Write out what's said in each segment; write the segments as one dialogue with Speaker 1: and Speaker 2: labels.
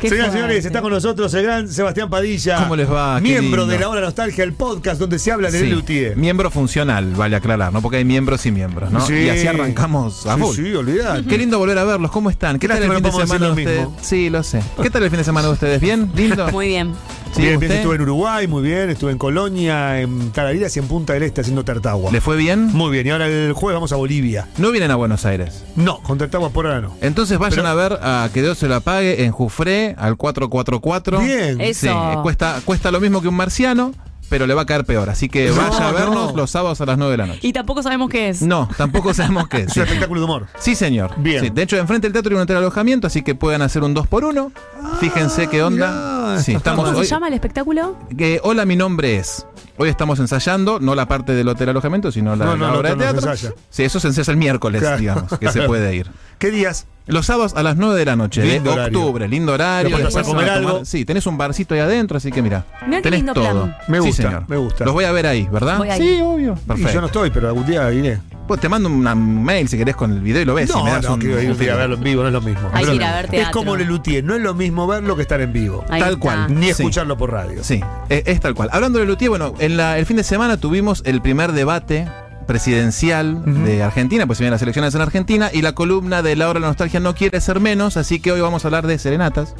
Speaker 1: Señoras y señores,
Speaker 2: fuerte.
Speaker 1: está con nosotros el gran Sebastián Padilla.
Speaker 3: ¿Cómo les va? Qué
Speaker 1: Miembro
Speaker 3: lindo.
Speaker 1: de la Hora Nostalgia, el podcast donde se habla de
Speaker 3: Sí,
Speaker 1: Lelutier.
Speaker 3: Miembro funcional, vale aclarar, ¿no? Porque hay miembros y miembros, ¿no?
Speaker 1: Sí.
Speaker 3: Y así arrancamos a
Speaker 1: Sí,
Speaker 3: full.
Speaker 1: sí, olvidate.
Speaker 3: Qué lindo volver a verlos, ¿cómo están? ¿Qué
Speaker 1: Qué
Speaker 3: tal el
Speaker 1: lástima,
Speaker 3: fin
Speaker 1: no
Speaker 3: de
Speaker 1: podemos
Speaker 3: semana de
Speaker 1: decir lo
Speaker 3: ustedes?
Speaker 1: mismo.
Speaker 3: Sí, lo sé. ¿Qué tal el fin de semana de ustedes? ¿Bien? ¿Lindo?
Speaker 2: Muy bien.
Speaker 3: Sí,
Speaker 1: bien, bien,
Speaker 3: ¿usted?
Speaker 1: estuve en Uruguay, muy bien. Estuve en Colonia, en Tarariras y en Punta del Este haciendo Tartagua.
Speaker 3: ¿Le fue bien?
Speaker 1: Muy bien, y ahora el jueves vamos a Bolivia.
Speaker 3: No vienen a Buenos Aires.
Speaker 1: No, con Tartagua por ahora no.
Speaker 3: Entonces vayan
Speaker 1: Pero-
Speaker 3: a ver a Que Dios se lo apague en Jufré al 444.
Speaker 1: Bien.
Speaker 2: Es-
Speaker 3: Sí, eh,
Speaker 2: Eso.
Speaker 3: cuesta, cuesta lo mismo que un marciano, pero le va a caer peor. Así que
Speaker 1: No,
Speaker 3: vaya a vernos
Speaker 1: no.
Speaker 3: los sábados a las 9 de la noche.
Speaker 2: Y tampoco sabemos qué es.
Speaker 3: No, tampoco sabemos qué.
Speaker 1: Es
Speaker 3: sí.
Speaker 1: un espectáculo de humor.
Speaker 3: Sí, señor.
Speaker 1: Bien.
Speaker 3: Sí, de hecho, enfrente del teatro hay un hotel alojamiento, así que pueden hacer un 2 por 1 Fíjense qué onda.
Speaker 1: Ah, mirá,
Speaker 3: sí,
Speaker 1: esto
Speaker 3: estamos
Speaker 2: ¿Cómo
Speaker 3: hoy-
Speaker 2: se llama el espectáculo?
Speaker 3: que, hola, mi nombre es. Hoy estamos ensayando, no la parte del hotel alojamiento, sino la,
Speaker 1: No, no,
Speaker 3: la
Speaker 1: el
Speaker 3: obra de
Speaker 1: otro no se
Speaker 3: teatro.
Speaker 1: ensaya.
Speaker 3: Sí, eso se ensaya el miércoles,
Speaker 1: Claro.
Speaker 3: digamos, que se puede ir.
Speaker 1: ¿Qué días?
Speaker 3: Los sábados a las 9 de la noche,
Speaker 1: Lindo
Speaker 3: de
Speaker 1: horario.
Speaker 3: octubre, lindo horario.
Speaker 1: Lo pasás a
Speaker 3: después se van
Speaker 1: comer
Speaker 3: tomar-
Speaker 1: algo.
Speaker 3: Sí, tenés un barcito ahí adentro, así que mira,
Speaker 2: Mirá qué
Speaker 3: tenés
Speaker 2: lindo
Speaker 3: todo.
Speaker 2: plan.
Speaker 1: Me
Speaker 3: Sí,
Speaker 1: gusta,
Speaker 3: señor.
Speaker 1: me gusta.
Speaker 3: Los voy a ver ahí, ¿verdad?
Speaker 2: Voy ahí.
Speaker 3: Sí, obvio.
Speaker 1: Y yo no estoy, pero algún día iré.
Speaker 3: Vos te mando un mail si querés con el video y lo ves. y
Speaker 1: no,
Speaker 3: me das
Speaker 1: no,
Speaker 3: un-
Speaker 1: quiero ir un día a verlo en vivo, no es lo mismo.
Speaker 2: Hay
Speaker 1: No
Speaker 2: que
Speaker 1: es
Speaker 2: ir
Speaker 1: lo
Speaker 2: a ver
Speaker 1: mismo. Es
Speaker 2: teatro.
Speaker 1: como Lelutier, no es lo mismo verlo que estar en vivo.
Speaker 2: Ahí
Speaker 3: Tal
Speaker 2: está.
Speaker 3: cual.
Speaker 1: Ni
Speaker 3: Sí.
Speaker 1: escucharlo por radio.
Speaker 3: Sí, e- es, tal cual. Hablando de Lutier, bueno, en la- el fin de semana tuvimos el primer debate presidencial
Speaker 1: Ujú.
Speaker 3: de Argentina, pues se vienen las elecciones en Argentina, y la columna de Laura Nostalgia no quiere ser menos, así que hoy vamos a hablar de serenatas.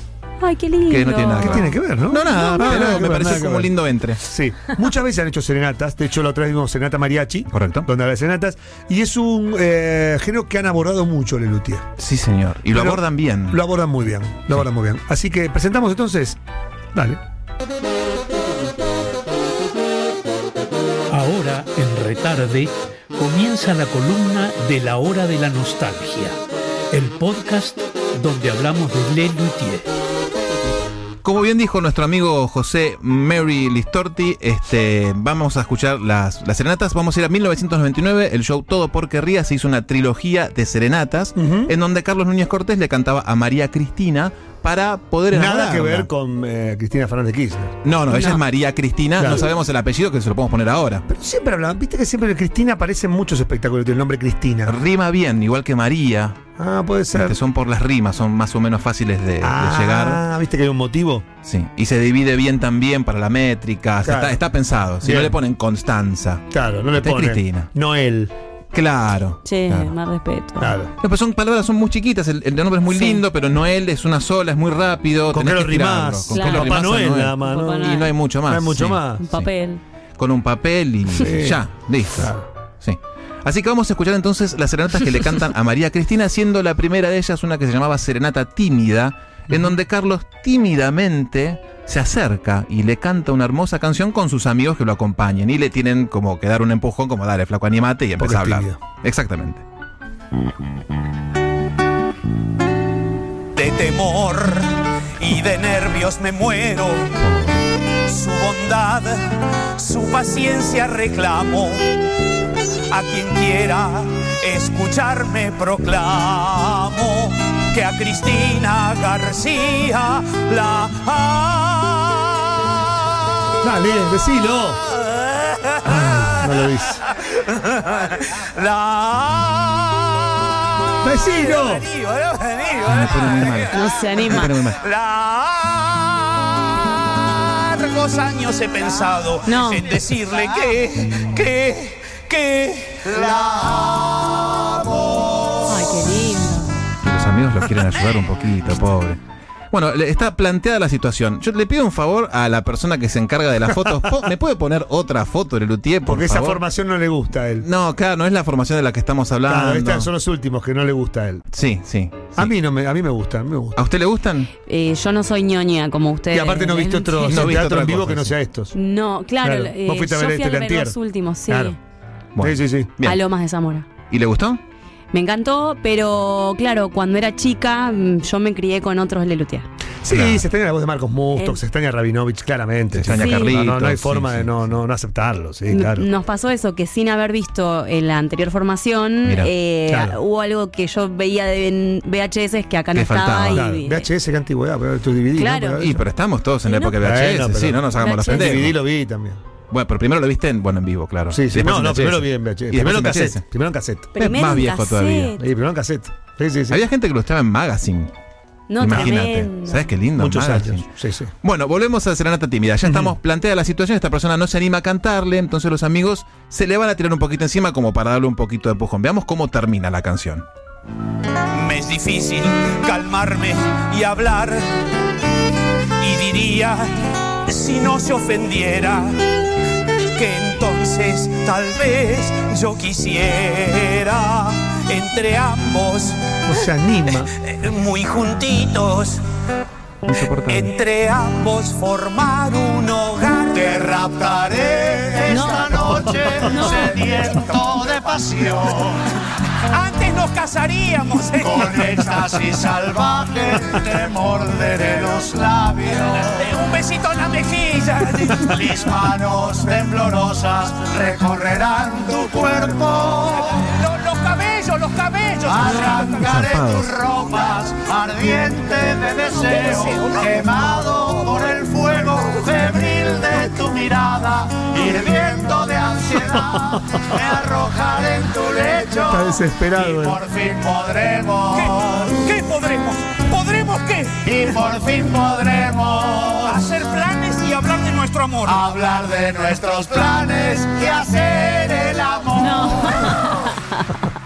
Speaker 2: Ay, qué lindo.
Speaker 3: Que no tiene nada
Speaker 1: ¿Qué
Speaker 3: que
Speaker 1: tiene que ver, no?
Speaker 3: No,
Speaker 1: No, nada
Speaker 3: nada, pero
Speaker 1: que
Speaker 3: me
Speaker 1: ver, nada
Speaker 3: pareció
Speaker 1: que
Speaker 3: como
Speaker 1: ver.
Speaker 3: un lindo entre.
Speaker 1: Sí, muchas veces han hecho serenatas. De hecho, la otra vez vimos Serenata Mariachi,
Speaker 3: Correcto.
Speaker 1: donde habla de serenatas. Y es un eh, género que han abordado mucho Lelutier.
Speaker 3: Sí, señor. Y lo
Speaker 1: Pero-
Speaker 3: abordan bien.
Speaker 1: Lo abordan muy bien, lo abordan muy bien. Así que presentamos entonces. Dale.
Speaker 4: Ahora, en Retarde, comienza la columna de la hora de la nostalgia, el podcast donde hablamos de Le Luthier.
Speaker 3: Como bien dijo nuestro amigo José Mary Listorti, este, vamos a escuchar las, las serenatas. Vamos a ir a 1999, el show Todo porque Ría se hizo una trilogía de serenatas,
Speaker 1: Ujú.
Speaker 3: en donde Carlos Núñez Cortés le cantaba a María Cristina para poder
Speaker 1: Nada que
Speaker 3: enamorarla.
Speaker 1: ver con eh, Cristina Fernández Kirchner.
Speaker 3: No, no, ella
Speaker 2: No.
Speaker 3: es María Cristina,
Speaker 1: Claro.
Speaker 3: no sabemos el apellido que se lo podemos poner ahora.
Speaker 1: Pero siempre hablaban, viste que siempre Cristina aparece en muchos espectáculos, tiene el nombre Cristina.
Speaker 3: Rima bien, igual que María.
Speaker 1: Ah, puede ser.
Speaker 3: Este, son por las rimas, son más o menos fáciles de, de
Speaker 1: ah,
Speaker 3: llegar.
Speaker 1: viste que hay un motivo.
Speaker 3: Sí. Y se divide bien también para la métrica. O sea,
Speaker 1: Claro.
Speaker 3: está, está pensado. Si
Speaker 1: Bien.
Speaker 3: no le ponen Constanza.
Speaker 1: Claro, no le
Speaker 3: Está
Speaker 1: ponen.
Speaker 3: Cristina. Ah.
Speaker 1: Noel.
Speaker 3: Claro.
Speaker 2: Che,
Speaker 3: claro.
Speaker 2: más respeto.
Speaker 1: Claro.
Speaker 3: No, pero son palabras, son muy chiquitas, el, el nombre es muy
Speaker 2: Sí.
Speaker 3: lindo, pero Noel es una sola, es muy rápido.
Speaker 1: ¿Con qué
Speaker 3: tenés
Speaker 1: lo
Speaker 3: que tirarlo,
Speaker 1: rimás?
Speaker 3: ¿Con qué
Speaker 2: Claro.
Speaker 3: lo
Speaker 1: Papá
Speaker 3: rimás a
Speaker 1: Noel,
Speaker 3: Noel?
Speaker 1: nada más.
Speaker 2: Papá
Speaker 1: ¿no?
Speaker 2: Noel.
Speaker 3: Y no hay mucho más.
Speaker 1: No hay mucho
Speaker 3: sí.
Speaker 1: más.
Speaker 2: Un
Speaker 3: Sí.
Speaker 2: papel.
Speaker 3: Con un papel y
Speaker 1: Sí.
Speaker 3: ya, listo.
Speaker 1: Claro.
Speaker 3: Sí. Así que vamos a escuchar entonces las serenatas que le cantan a María Cristina, siendo la primera de ellas una que se llamaba Serenata Tímida, en donde Carlos tímidamente se acerca y le canta una hermosa canción con sus amigos que lo acompañan y le tienen como que dar un empujón, como dale, flaco, animate y
Speaker 1: Porque
Speaker 3: empieza
Speaker 1: es
Speaker 3: a hablar.
Speaker 1: tímido.
Speaker 3: Exactamente.
Speaker 5: de temor y de nervios me muero. Su bondad, su paciencia reclamo. A quien quiera escucharme proclamo que a Cristina García la
Speaker 3: Ah,
Speaker 1: Dale, decilo. Ah, No lo dice.
Speaker 5: La
Speaker 1: Vecino.
Speaker 5: Vení, boludo, vení,
Speaker 3: Me pone muy
Speaker 5: boludo.
Speaker 3: mal.
Speaker 2: No se
Speaker 3: Me
Speaker 2: anima.
Speaker 3: pone muy mal.
Speaker 5: Largos años he pensado
Speaker 2: No.
Speaker 5: en decirle que, que, que la amo.
Speaker 2: Ay, qué lindo.
Speaker 3: Que los amigos los quieren ayudar un poquito, pobre. Bueno, le- está planteada la situación. Yo le pido un favor a la persona que se encarga de las fotos. Po- ¿Me puede poner otra foto de Lutier, por
Speaker 1: Porque esa
Speaker 3: favor?
Speaker 1: formación no le gusta a él.
Speaker 3: No, claro, no es la formación de la que estamos
Speaker 1: Claro,
Speaker 3: hablando.
Speaker 1: estos son los últimos que no le gusta a él.
Speaker 3: Sí, sí.
Speaker 1: A
Speaker 3: sí.
Speaker 1: mí no me, a mí me gusta, a mí me gusta.
Speaker 3: ¿A usted le gustan?
Speaker 2: Eh, yo no soy ñoña como ustedes. ¿eh?
Speaker 1: Y aparte no viste otro
Speaker 3: Eh, No viste
Speaker 1: teatro
Speaker 3: otra
Speaker 1: en vivo
Speaker 3: cosa,
Speaker 1: que no
Speaker 3: sí.
Speaker 1: sea estos.
Speaker 2: No, claro.
Speaker 1: Claro,
Speaker 2: eh,
Speaker 1: vos fuiste a
Speaker 2: yo
Speaker 1: ver
Speaker 2: fui
Speaker 1: este,
Speaker 2: a
Speaker 1: el
Speaker 2: ver los
Speaker 1: antier.
Speaker 2: últimos, sí.
Speaker 1: Claro.
Speaker 3: Bueno,
Speaker 1: Sí, sí, sí.
Speaker 3: bien.
Speaker 2: A Lomas de Zamora.
Speaker 3: ¿Y le gustó?
Speaker 2: Me encantó, pero claro, cuando era chica mm, yo me crié con otros Lelutia.
Speaker 1: Sí,
Speaker 3: Claro.
Speaker 1: se extraña la voz de Marcos Musto,
Speaker 2: Eh.
Speaker 1: se extraña a Rabinovich, claramente.
Speaker 3: Se extraña
Speaker 2: Sí.
Speaker 3: a Carlitos.
Speaker 1: No, no, no hay
Speaker 3: sí,
Speaker 1: forma
Speaker 3: sí,
Speaker 1: de no,
Speaker 3: sí.
Speaker 1: no, no aceptarlo, sí, claro.
Speaker 2: Nos pasó eso, que sin haber visto en la anterior formación,
Speaker 3: Mirá,
Speaker 2: eh,
Speaker 1: claro.
Speaker 2: hubo algo que yo veía de en VHS que acá no
Speaker 3: Que
Speaker 2: estaba.
Speaker 3: faltaba.
Speaker 2: y-
Speaker 1: Claro, VHS, qué antigüedad, pero tú dividí.
Speaker 2: Claro.
Speaker 1: ¿no? Pero-
Speaker 3: Y pero estamos todos en la
Speaker 2: Y no-
Speaker 3: época de VHS,
Speaker 1: Bueno,
Speaker 3: sí,
Speaker 1: pero-
Speaker 3: no nos hagamos los
Speaker 2: VHS.
Speaker 1: Dividí
Speaker 3: pendejos.
Speaker 1: lo vi también.
Speaker 3: Bueno, pero primero lo viste en, bueno, en vivo, claro.
Speaker 1: Sí,
Speaker 3: Y
Speaker 1: sí,
Speaker 3: después
Speaker 1: no,
Speaker 3: en
Speaker 1: no,
Speaker 3: VHS.
Speaker 1: primero vi en VHS.
Speaker 3: Y
Speaker 1: Primero en
Speaker 3: después en
Speaker 1: cassette.
Speaker 3: VHS.
Speaker 1: Primero en cassette.
Speaker 2: Primero
Speaker 3: más
Speaker 2: en
Speaker 3: viejo todavía.
Speaker 2: cassette.
Speaker 1: Sí, primero en cassette. Sí, sí, sí.
Speaker 3: Había gente que lo estaba en Magazine.
Speaker 2: No,
Speaker 3: Imagínate.
Speaker 2: tremendo.
Speaker 3: ¿Sabes qué lindo?
Speaker 1: Muchos
Speaker 3: Magazine.
Speaker 1: años. Sí, sí.
Speaker 3: Bueno, volvemos a Serenata Tímida. Ya estamos planteada la situación, esta persona no se anima a cantarle, entonces los amigos se le van a tirar un poquito encima como para darle un poquito de empujón. Veamos cómo termina la canción.
Speaker 5: Me es difícil calmarme y hablar. Y diría, si no se ofendiera, que entonces tal vez yo quisiera entre ambos,
Speaker 1: No se anima.
Speaker 5: eh, muy juntitos,
Speaker 3: Insoportable.
Speaker 5: entre ambos formar un hogar. Te raptaré
Speaker 2: No. esta
Speaker 5: noche,
Speaker 2: No.
Speaker 5: sediento de pasión. Antes nos casaríamos. ¿eh? Con éxtasis salvaje te morderé los labios. Un besito en la mejilla. Mis manos temblorosas recorrerán tu cuerpo. Los, cabellos, los cabellos. Arrancaré
Speaker 3: Zarpados.
Speaker 5: tus ropas, ardiente de deseo, quemado por el fuego febril de tu mirada, hirviendo de ansiedad. Me arrojaré en tu lecho.
Speaker 1: Está desesperado,
Speaker 5: Y
Speaker 1: eh.
Speaker 5: por fin podremos. ¿Qué, podremos? ¿Podremos qué? Y por fin podremos. Hacer planes y hablar de nuestro amor.
Speaker 6: Ah.
Speaker 5: Hablar de nuestros planes y hacer el amor.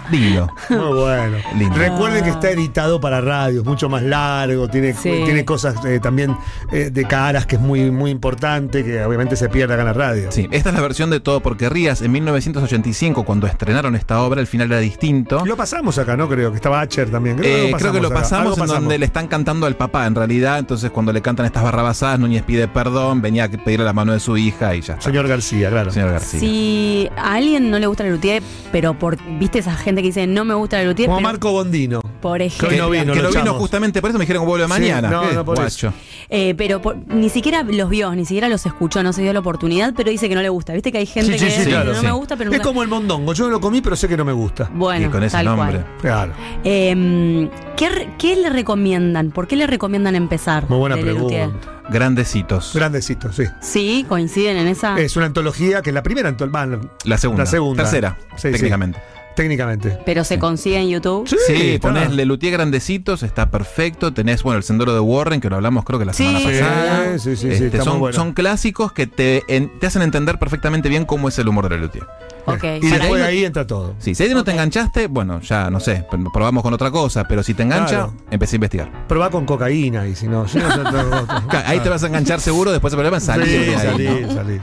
Speaker 3: Lindo.
Speaker 1: Muy bueno.
Speaker 3: Lindo.
Speaker 1: Recuerden que está editado para radio, es mucho más largo, tiene,
Speaker 2: Sí.
Speaker 1: tiene cosas eh, también eh, de caras que es muy, muy importante, que obviamente se pierde acá en la radio.
Speaker 3: Sí, esta es la versión de Todo porque Rías. En 1985, cuando estrenaron esta obra, el final era distinto.
Speaker 1: Lo pasamos acá, ¿no? Creo que estaba Acher también.
Speaker 3: Eh, Creo, que lo
Speaker 1: acá. Algo
Speaker 3: pasamos en donde le están cantando al papá, en realidad. Entonces, cuando le cantan estas barrabasadas, Núñez pide perdón, venía a pedirle la mano de su hija y ya está.
Speaker 1: Señor García, claro.
Speaker 3: Señor García.
Speaker 2: Si a alguien no le gusta la luthier, pero por, viste esa gente que dice no me gusta la luthier,
Speaker 1: Como
Speaker 2: pero,
Speaker 1: Marco Bondino.
Speaker 2: por
Speaker 1: Que hoy
Speaker 2: ejemplo,
Speaker 1: no vino,
Speaker 3: que
Speaker 1: lo
Speaker 3: lo vino
Speaker 1: echamos.
Speaker 3: justamente por eso me dijeron que vuelve mañana.
Speaker 1: no,
Speaker 3: Qué
Speaker 1: no, por
Speaker 3: guacho.
Speaker 2: eh, pero por- ni siquiera los vio, ni siquiera los escuchó, no se dio la oportunidad, pero dice que no le gusta. Viste que hay gente
Speaker 1: Sí, sí,
Speaker 2: que
Speaker 1: sí, claro,
Speaker 2: no
Speaker 3: sí.
Speaker 2: me gusta, pero
Speaker 1: Es
Speaker 2: nunca-
Speaker 1: como el mondongo, yo no lo comí, pero sé que no me gusta.
Speaker 2: bueno,
Speaker 3: y con ese
Speaker 2: tal
Speaker 3: nombre.
Speaker 2: cual.
Speaker 1: Claro.
Speaker 2: Eh, ¿qué, re- qué le recomiendan? ¿Por qué le recomiendan empezar?
Speaker 1: Muy buena
Speaker 2: de Le Luthier?
Speaker 1: pregunta.
Speaker 3: Grandecitos.
Speaker 1: Grandecito, sí.
Speaker 2: Sí, coinciden en esa.
Speaker 1: Es una antología que es la primera antología,
Speaker 3: la segunda.
Speaker 1: La segunda.
Speaker 3: Tercera,
Speaker 1: Sí, sí.
Speaker 3: técnicamente.
Speaker 1: técnicamente.
Speaker 2: Pero se consigue en YouTube.
Speaker 3: Sí,
Speaker 1: está.
Speaker 3: ponés Lelutier Grandecitos, está perfecto. Tenés, bueno, el Sendero de Warren, que lo hablamos creo que la
Speaker 2: Sí.
Speaker 3: semana
Speaker 1: Sí,
Speaker 3: pasada.
Speaker 1: sí, sí, sí,
Speaker 3: Este,
Speaker 1: está muy
Speaker 3: son,
Speaker 1: bueno.
Speaker 3: son clásicos que te, en- te hacen entender perfectamente bien cómo es el humor de Lelutier.
Speaker 2: Ok.
Speaker 1: Y
Speaker 2: para-
Speaker 1: después de ahí entra todo.
Speaker 3: Sí, si ahí no te
Speaker 2: Ok.
Speaker 3: enganchaste, bueno, ya no sé, pr- probamos con otra cosa, pero si te engancha,
Speaker 1: Claro.
Speaker 3: empecé a investigar.
Speaker 1: Probá con cocaína y si no, yo no sé,
Speaker 3: Ca- Ahí te vas a enganchar seguro, después el problema es salir. de
Speaker 1: Ah, Sí,
Speaker 3: ahí,
Speaker 1: salir,
Speaker 3: ¿no?
Speaker 1: salir.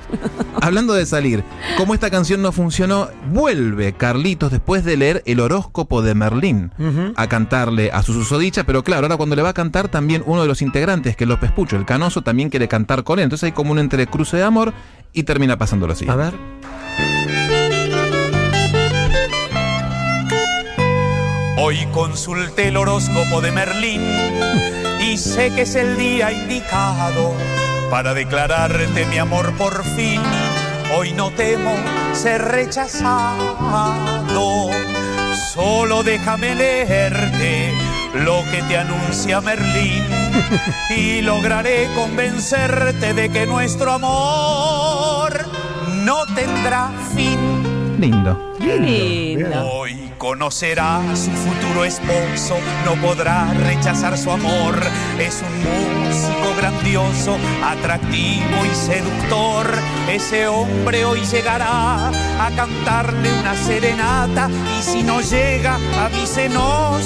Speaker 3: Hablando de salir, como esta canción no funcionó, vuelve Carlitos después de leer el horóscopo de Merlín
Speaker 1: Ujú.
Speaker 3: a cantarle a su susodicha, pero claro, ahora cuando le va a cantar también uno de los integrantes, que es López Pucho, el canoso, también quiere cantar con él. Entonces hay como un entrecruce de amor y termina pasándolo así.
Speaker 1: A ver.
Speaker 5: Hoy consulté el horóscopo de Merlín y sé que es el día indicado para declararte mi amor por fin. Hoy no temo ser rechazado, solo déjame leerte lo que te anuncia Merlín y lograré convencerte de que nuestro amor no tendrá fin.
Speaker 3: Lindo.
Speaker 2: Qué lindo.
Speaker 1: Bien.
Speaker 5: Hoy conocerá a su futuro esposo, no podrá rechazar su amor. Es un músico grandioso, atractivo y seductor. Ese hombre hoy llegará a cantarle una serenata y si no llega, avísenos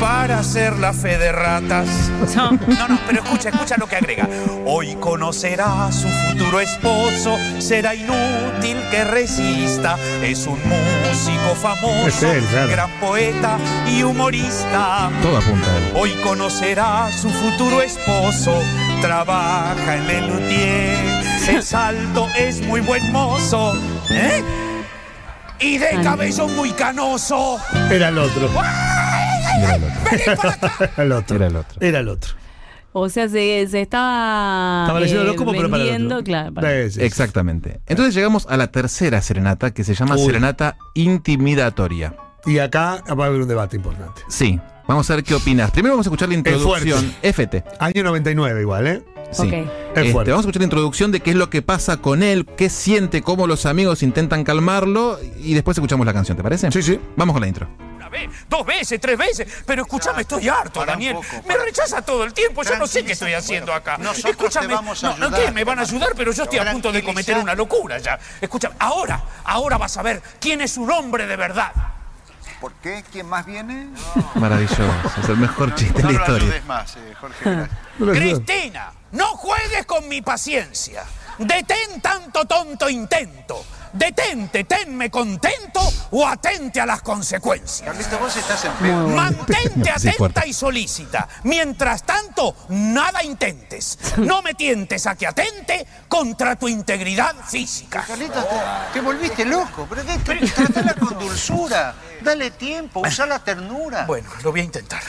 Speaker 5: para hacer la fe de ratas. No, no, pero escucha, escucha lo que agrega. Hoy conocerá a su futuro esposo, será inútil que resista. Es un músico famoso,
Speaker 1: Es él, claro.
Speaker 5: gran poeta y humorista.
Speaker 3: Todo apunta a él.
Speaker 5: Hoy conocerá a su futuro esposo, trabaja en el luthier. Es alto, es muy buen mozo, ¿eh? Y de
Speaker 2: Ay.
Speaker 5: cabello muy canoso.
Speaker 1: Era el otro.
Speaker 3: Era el otro.
Speaker 1: Era el otro.
Speaker 3: Era el otro.
Speaker 1: Era el otro.
Speaker 2: O sea, se, se estaba.
Speaker 1: Estaba leyendo
Speaker 2: eh,
Speaker 1: los como pero para el
Speaker 2: vendiendo,
Speaker 1: otro.
Speaker 2: claro, para-
Speaker 1: Sí, sí, sí.
Speaker 3: Exactamente. Entonces llegamos a la tercera serenata, que se llama
Speaker 1: Uy.
Speaker 3: Serenata Intimidatoria.
Speaker 1: Y acá va a haber un debate importante.
Speaker 3: Sí. Vamos a ver qué opinas. Primero vamos a escuchar la
Speaker 1: fuerte.
Speaker 3: introducción. FT.
Speaker 1: Año 99 igual, ¿eh?
Speaker 3: Sí.
Speaker 2: Ok.
Speaker 1: Es
Speaker 3: Este,
Speaker 1: fuerte.
Speaker 3: vamos a escuchar la introducción de qué es lo que pasa con él, qué siente, cómo los amigos intentan calmarlo y después escuchamos la canción, ¿te parece?
Speaker 1: Sí, sí.
Speaker 3: Vamos con la intro.
Speaker 5: Una vez, dos veces, tres veces. Pero escúchame, estoy harto,
Speaker 6: Pará un
Speaker 5: Daniel.
Speaker 6: poco,
Speaker 5: me
Speaker 6: pará.
Speaker 5: rechaza todo el tiempo. Yo no sé qué estoy
Speaker 6: Tranquilízate.
Speaker 5: haciendo
Speaker 6: Bueno,
Speaker 5: acá.
Speaker 6: nosotros
Speaker 5: escúchame,
Speaker 6: te vamos a
Speaker 5: no, no,
Speaker 6: ayudar,
Speaker 5: ¿qué? Me van a ayudar, pero yo estoy a punto de cometer
Speaker 6: Tranquilízate.
Speaker 5: una locura ya. Escúchame, ahora, ahora vas a ver quién es un hombre de verdad.
Speaker 6: ¿Por qué? ¿Quién más viene?
Speaker 3: Maravilloso. Es el mejor chiste
Speaker 6: no
Speaker 3: de la
Speaker 6: lo
Speaker 3: historia.
Speaker 6: ayudes más, eh, Jorge. gracias.
Speaker 1: No lo ayuda.
Speaker 5: Cristina, no juegues con mi paciencia. Detén tanto tonto intento. Detente, tenme contento o atente a las consecuencias.
Speaker 6: Carlito, vos estás en pedo.
Speaker 5: Mantente
Speaker 3: Sí, fuerte.
Speaker 5: atenta y solícita. Mientras tanto, nada intentes. No me tientes a que atente contra tu integridad física.
Speaker 6: Carlito, te, te volviste loco. Pero qué- qué- tratala con dulzura. Dale tiempo, usa la ternura.
Speaker 5: Bueno, lo voy a intentar.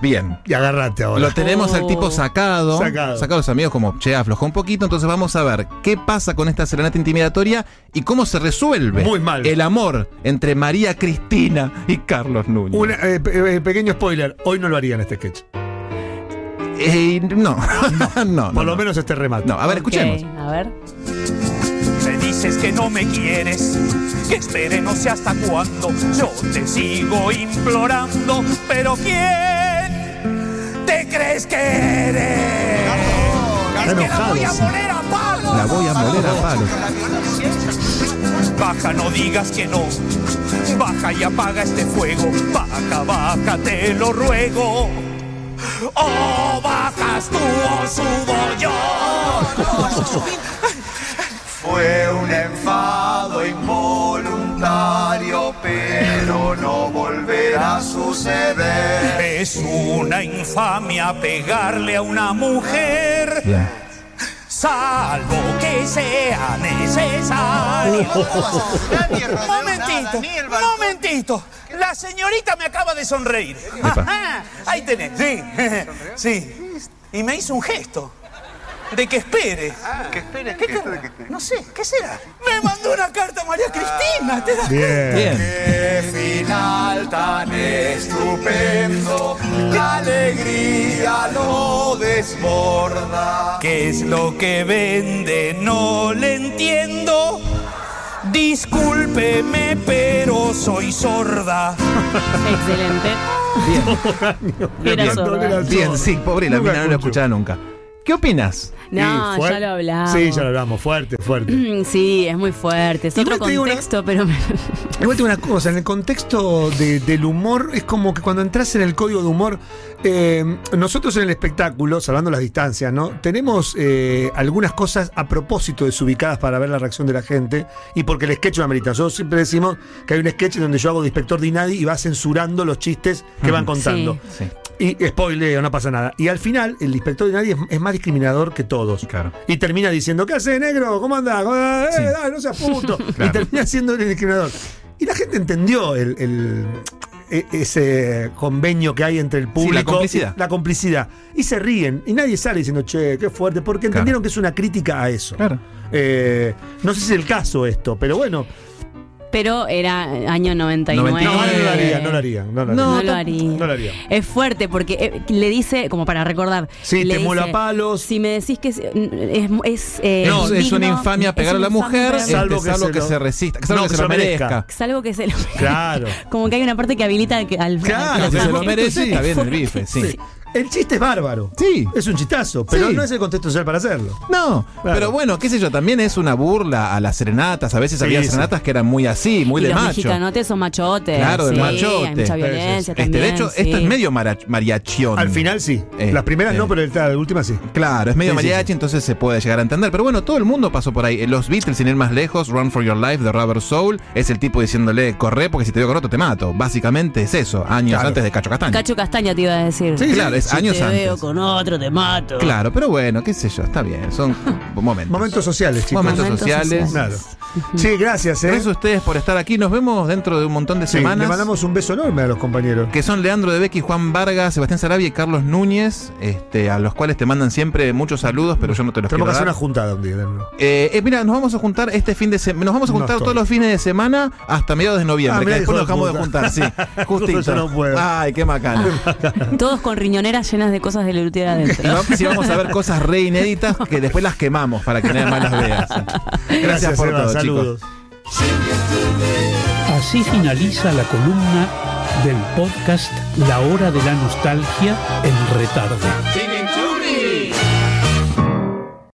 Speaker 3: Bien.
Speaker 1: Y agarrate ahora.
Speaker 3: Lo tenemos al tipo sacado,
Speaker 1: Oh. Sacado.
Speaker 3: sacado. a los amigos como, che, aflojó un poquito, entonces vamos a ver qué pasa con esta serenata intimidatoria y cómo se resuelve
Speaker 1: Muy mal.
Speaker 3: el amor entre María Cristina y Carlos Núñez.
Speaker 1: Una, eh, pe- eh, pequeño spoiler, hoy no lo harían este sketch.
Speaker 3: Eh, no, no, no.
Speaker 1: Por lo
Speaker 3: no.
Speaker 1: menos este remate.
Speaker 3: No, a ver, escuchemos.
Speaker 2: Ok, a ver.
Speaker 5: Me dices que no me quieres, que espere no sé hasta cuándo. Yo te sigo implorando, pero ¿quién te crees que eres? Es que la voy a
Speaker 1: enojado, sí.
Speaker 5: moler a palos.
Speaker 3: La
Speaker 1: Ah,
Speaker 3: voy a moler a palos.
Speaker 5: Baja, no digas que no. Baja y apaga este fuego. Baja, baja, te lo ruego. O bajas tú o subo yo.
Speaker 6: Fue un enfado involuntario, pero no volverá a suceder.
Speaker 5: Es una infamia pegarle a una mujer.
Speaker 3: Bien.
Speaker 5: Salvo que sea necesario.
Speaker 6: Nadie rodeó nada,
Speaker 5: Momentito,
Speaker 6: ni el balcón.
Speaker 5: momentito. La señorita me acaba de sonreír. Ajá, ahí tenés. Sí, sí. Y me hizo un gesto de que espere.
Speaker 6: Ah, Que espere,
Speaker 5: ¿Qué
Speaker 6: que
Speaker 5: cara?
Speaker 6: espere, que espere.
Speaker 5: No sé, ¿qué será? Me mandó una carta María Cristina, ¿te das
Speaker 1: Bien.
Speaker 3: Bien.
Speaker 6: Qué final tan estupendo, la alegría lo desborda.
Speaker 5: ¿Qué es lo que vende? No le entiendo. Discúlpeme, pero soy sorda.
Speaker 2: Excelente. Bien. Era
Speaker 3: Bien.
Speaker 2: sorda.
Speaker 1: Era-
Speaker 3: Bien, sí, pobre, la
Speaker 1: Nunca
Speaker 3: mina no lo
Speaker 1: escucho.
Speaker 3: escuchaba nunca. ¿Qué opinas?
Speaker 2: No,
Speaker 1: Y fuer-
Speaker 2: ya lo hablamos.
Speaker 1: Sí, ya lo hablamos, fuerte, fuerte.
Speaker 2: Mm, Sí, es muy fuerte. Es
Speaker 1: Igual
Speaker 2: otro
Speaker 1: te digo una-
Speaker 2: contexto, pero. me-
Speaker 1: Igual tengo una cosa, en el contexto de- del humor, es como que cuando entras en el código de humor, eh, nosotros en el espectáculo, salvando las distancias, ¿no? Tenemos eh, algunas cosas a propósito desubicadas para ver la reacción de la gente y porque el sketch lo amerita. Nosotros siempre decimos que hay un sketch donde yo hago de inspector de nadie y va censurando los chistes que van contando.
Speaker 3: Sí,
Speaker 1: Y spoiler, no pasa nada. Y al final, el inspector de nadie es, es más discriminador que todos.
Speaker 3: claro.
Speaker 1: Y termina diciendo, ¿qué hace, negro? ¿Cómo andás? ¿Cómo andás? Eh,
Speaker 3: Sí.
Speaker 1: dale, no seas puto. Y
Speaker 3: Claro.
Speaker 1: termina siendo el discriminador. Y la gente entendió el, el- e- ese convenio que hay entre el público.
Speaker 3: la complicidad.
Speaker 1: y- la complicidad. Y se ríen. Y nadie sale diciendo, che, qué fuerte. Porque
Speaker 3: Claro.
Speaker 1: entendieron que es una crítica a eso.
Speaker 3: Claro.
Speaker 1: Eh, no sé si es el caso esto, pero bueno.
Speaker 2: Pero era año 99.
Speaker 1: No, ahora no lo haría,
Speaker 3: harían,
Speaker 1: no lo haría. No lo
Speaker 2: eh.
Speaker 1: haría.
Speaker 2: No,
Speaker 3: No,
Speaker 2: lo
Speaker 3: tam-
Speaker 2: haría.
Speaker 1: no lo haría.
Speaker 2: Es fuerte porque eh, le dice, como para recordar.
Speaker 1: Sí,
Speaker 2: le
Speaker 1: te
Speaker 2: dice,
Speaker 1: mola palos.
Speaker 2: Si me decís que es. es, es, eh,
Speaker 3: No, es
Speaker 2: indigno,
Speaker 3: una infamia pegar a
Speaker 2: es
Speaker 3: la
Speaker 2: una infamia
Speaker 3: mujer,
Speaker 2: pegar-
Speaker 3: este,
Speaker 1: Salvo
Speaker 3: salvo,
Speaker 1: que
Speaker 3: que,
Speaker 1: se
Speaker 3: se
Speaker 1: lo-
Speaker 3: resista, salvo
Speaker 1: No,
Speaker 3: que se lo merezca.
Speaker 2: Salvo que se lo.
Speaker 1: Claro.
Speaker 2: Como que hay una parte que habilita que al.
Speaker 1: Claro,
Speaker 2: al-
Speaker 1: si
Speaker 3: se lo
Speaker 2: al-
Speaker 3: merece,
Speaker 2: es
Speaker 3: está bien el
Speaker 2: fuerte.
Speaker 3: bife, sí.
Speaker 1: El chiste es bárbaro.
Speaker 3: Sí.
Speaker 1: Es un chistazo, pero
Speaker 3: Sí.
Speaker 1: no es el contexto social para hacerlo.
Speaker 3: No,
Speaker 1: Claro.
Speaker 3: pero bueno, qué sé yo, también es una burla a las serenatas. A veces
Speaker 1: Sí,
Speaker 3: había
Speaker 1: sí.
Speaker 3: serenatas que eran muy así, muy
Speaker 2: y
Speaker 3: de
Speaker 2: los
Speaker 3: macho.
Speaker 2: mexicanotes son machotes.
Speaker 3: Claro, de
Speaker 2: sí,
Speaker 3: machote.
Speaker 2: Hay mucha
Speaker 1: Sí, sí, sí.
Speaker 2: violencia
Speaker 1: Este,
Speaker 3: Este,
Speaker 2: también.
Speaker 3: de hecho, esto
Speaker 2: sí.
Speaker 3: es medio mara- mariachión.
Speaker 1: Al final sí.
Speaker 3: Eh,
Speaker 1: Las primeras
Speaker 3: eh.
Speaker 1: no, pero el- la última sí.
Speaker 3: Claro, es medio
Speaker 1: Sí, sí,
Speaker 3: mariachi,
Speaker 1: sí.
Speaker 3: entonces se puede llegar a entender. Pero bueno, todo el mundo pasó por ahí. Eh, Los Beatles, sin ir más lejos, Run for Your Life de Rubber Soul, es el tipo diciéndole, corre porque si te veo con otro te mato. Básicamente es eso, años
Speaker 1: Claro.
Speaker 3: antes de Cacho Castaño.
Speaker 2: Cacho Castaña te iba a decir.
Speaker 3: Sí, claro, es
Speaker 2: Si
Speaker 3: años
Speaker 2: te
Speaker 3: antes.
Speaker 2: veo con otro, te mato.
Speaker 3: Claro, pero bueno, qué sé yo, está bien, son momentos.
Speaker 1: Momentos sociales, chicos.
Speaker 3: Momentos
Speaker 2: Momentos
Speaker 3: sociales.
Speaker 2: sociales.
Speaker 1: Claro. Sí, gracias, ¿eh?
Speaker 3: Gracias a ustedes por estar aquí. Nos vemos dentro de un montón de
Speaker 1: Sí, le
Speaker 3: semanas.
Speaker 1: mandamos un beso enorme a los compañeros.
Speaker 3: que son Leandro de Becky, Juan Vargas, Sebastián Sarabia y Carlos Núñez, este, a los cuales te mandan siempre muchos saludos, pero yo no te los
Speaker 1: Tenemos que
Speaker 3: quiero
Speaker 1: hacer una
Speaker 3: dar.
Speaker 1: juntada un día. de nuevo.
Speaker 3: Eh, eh, mira, nos vamos a juntar este fin de semana, nos vamos a
Speaker 1: No
Speaker 3: juntar
Speaker 1: estoy.
Speaker 3: todos los fines de semana hasta mediados de noviembre,
Speaker 1: Ah,
Speaker 3: que
Speaker 1: mirá,
Speaker 3: después nos
Speaker 1: hijo de
Speaker 3: acabamos de
Speaker 1: puta.
Speaker 3: juntar, sí, justito.
Speaker 1: Yo no puedo.
Speaker 3: Ay, qué macana.
Speaker 2: Todos con riñoneras llenas de cosas de Lelutier
Speaker 3: Y
Speaker 2: adentro.
Speaker 3: vamos, sí, vamos a ver cosas re inéditas que después las quemamos para que nadie más las vea. sí. Gracias, por
Speaker 1: Eva,
Speaker 3: todo, chicos.
Speaker 1: Saludos.
Speaker 4: Así finaliza la columna del podcast La Hora de la Nostalgia en Retarde.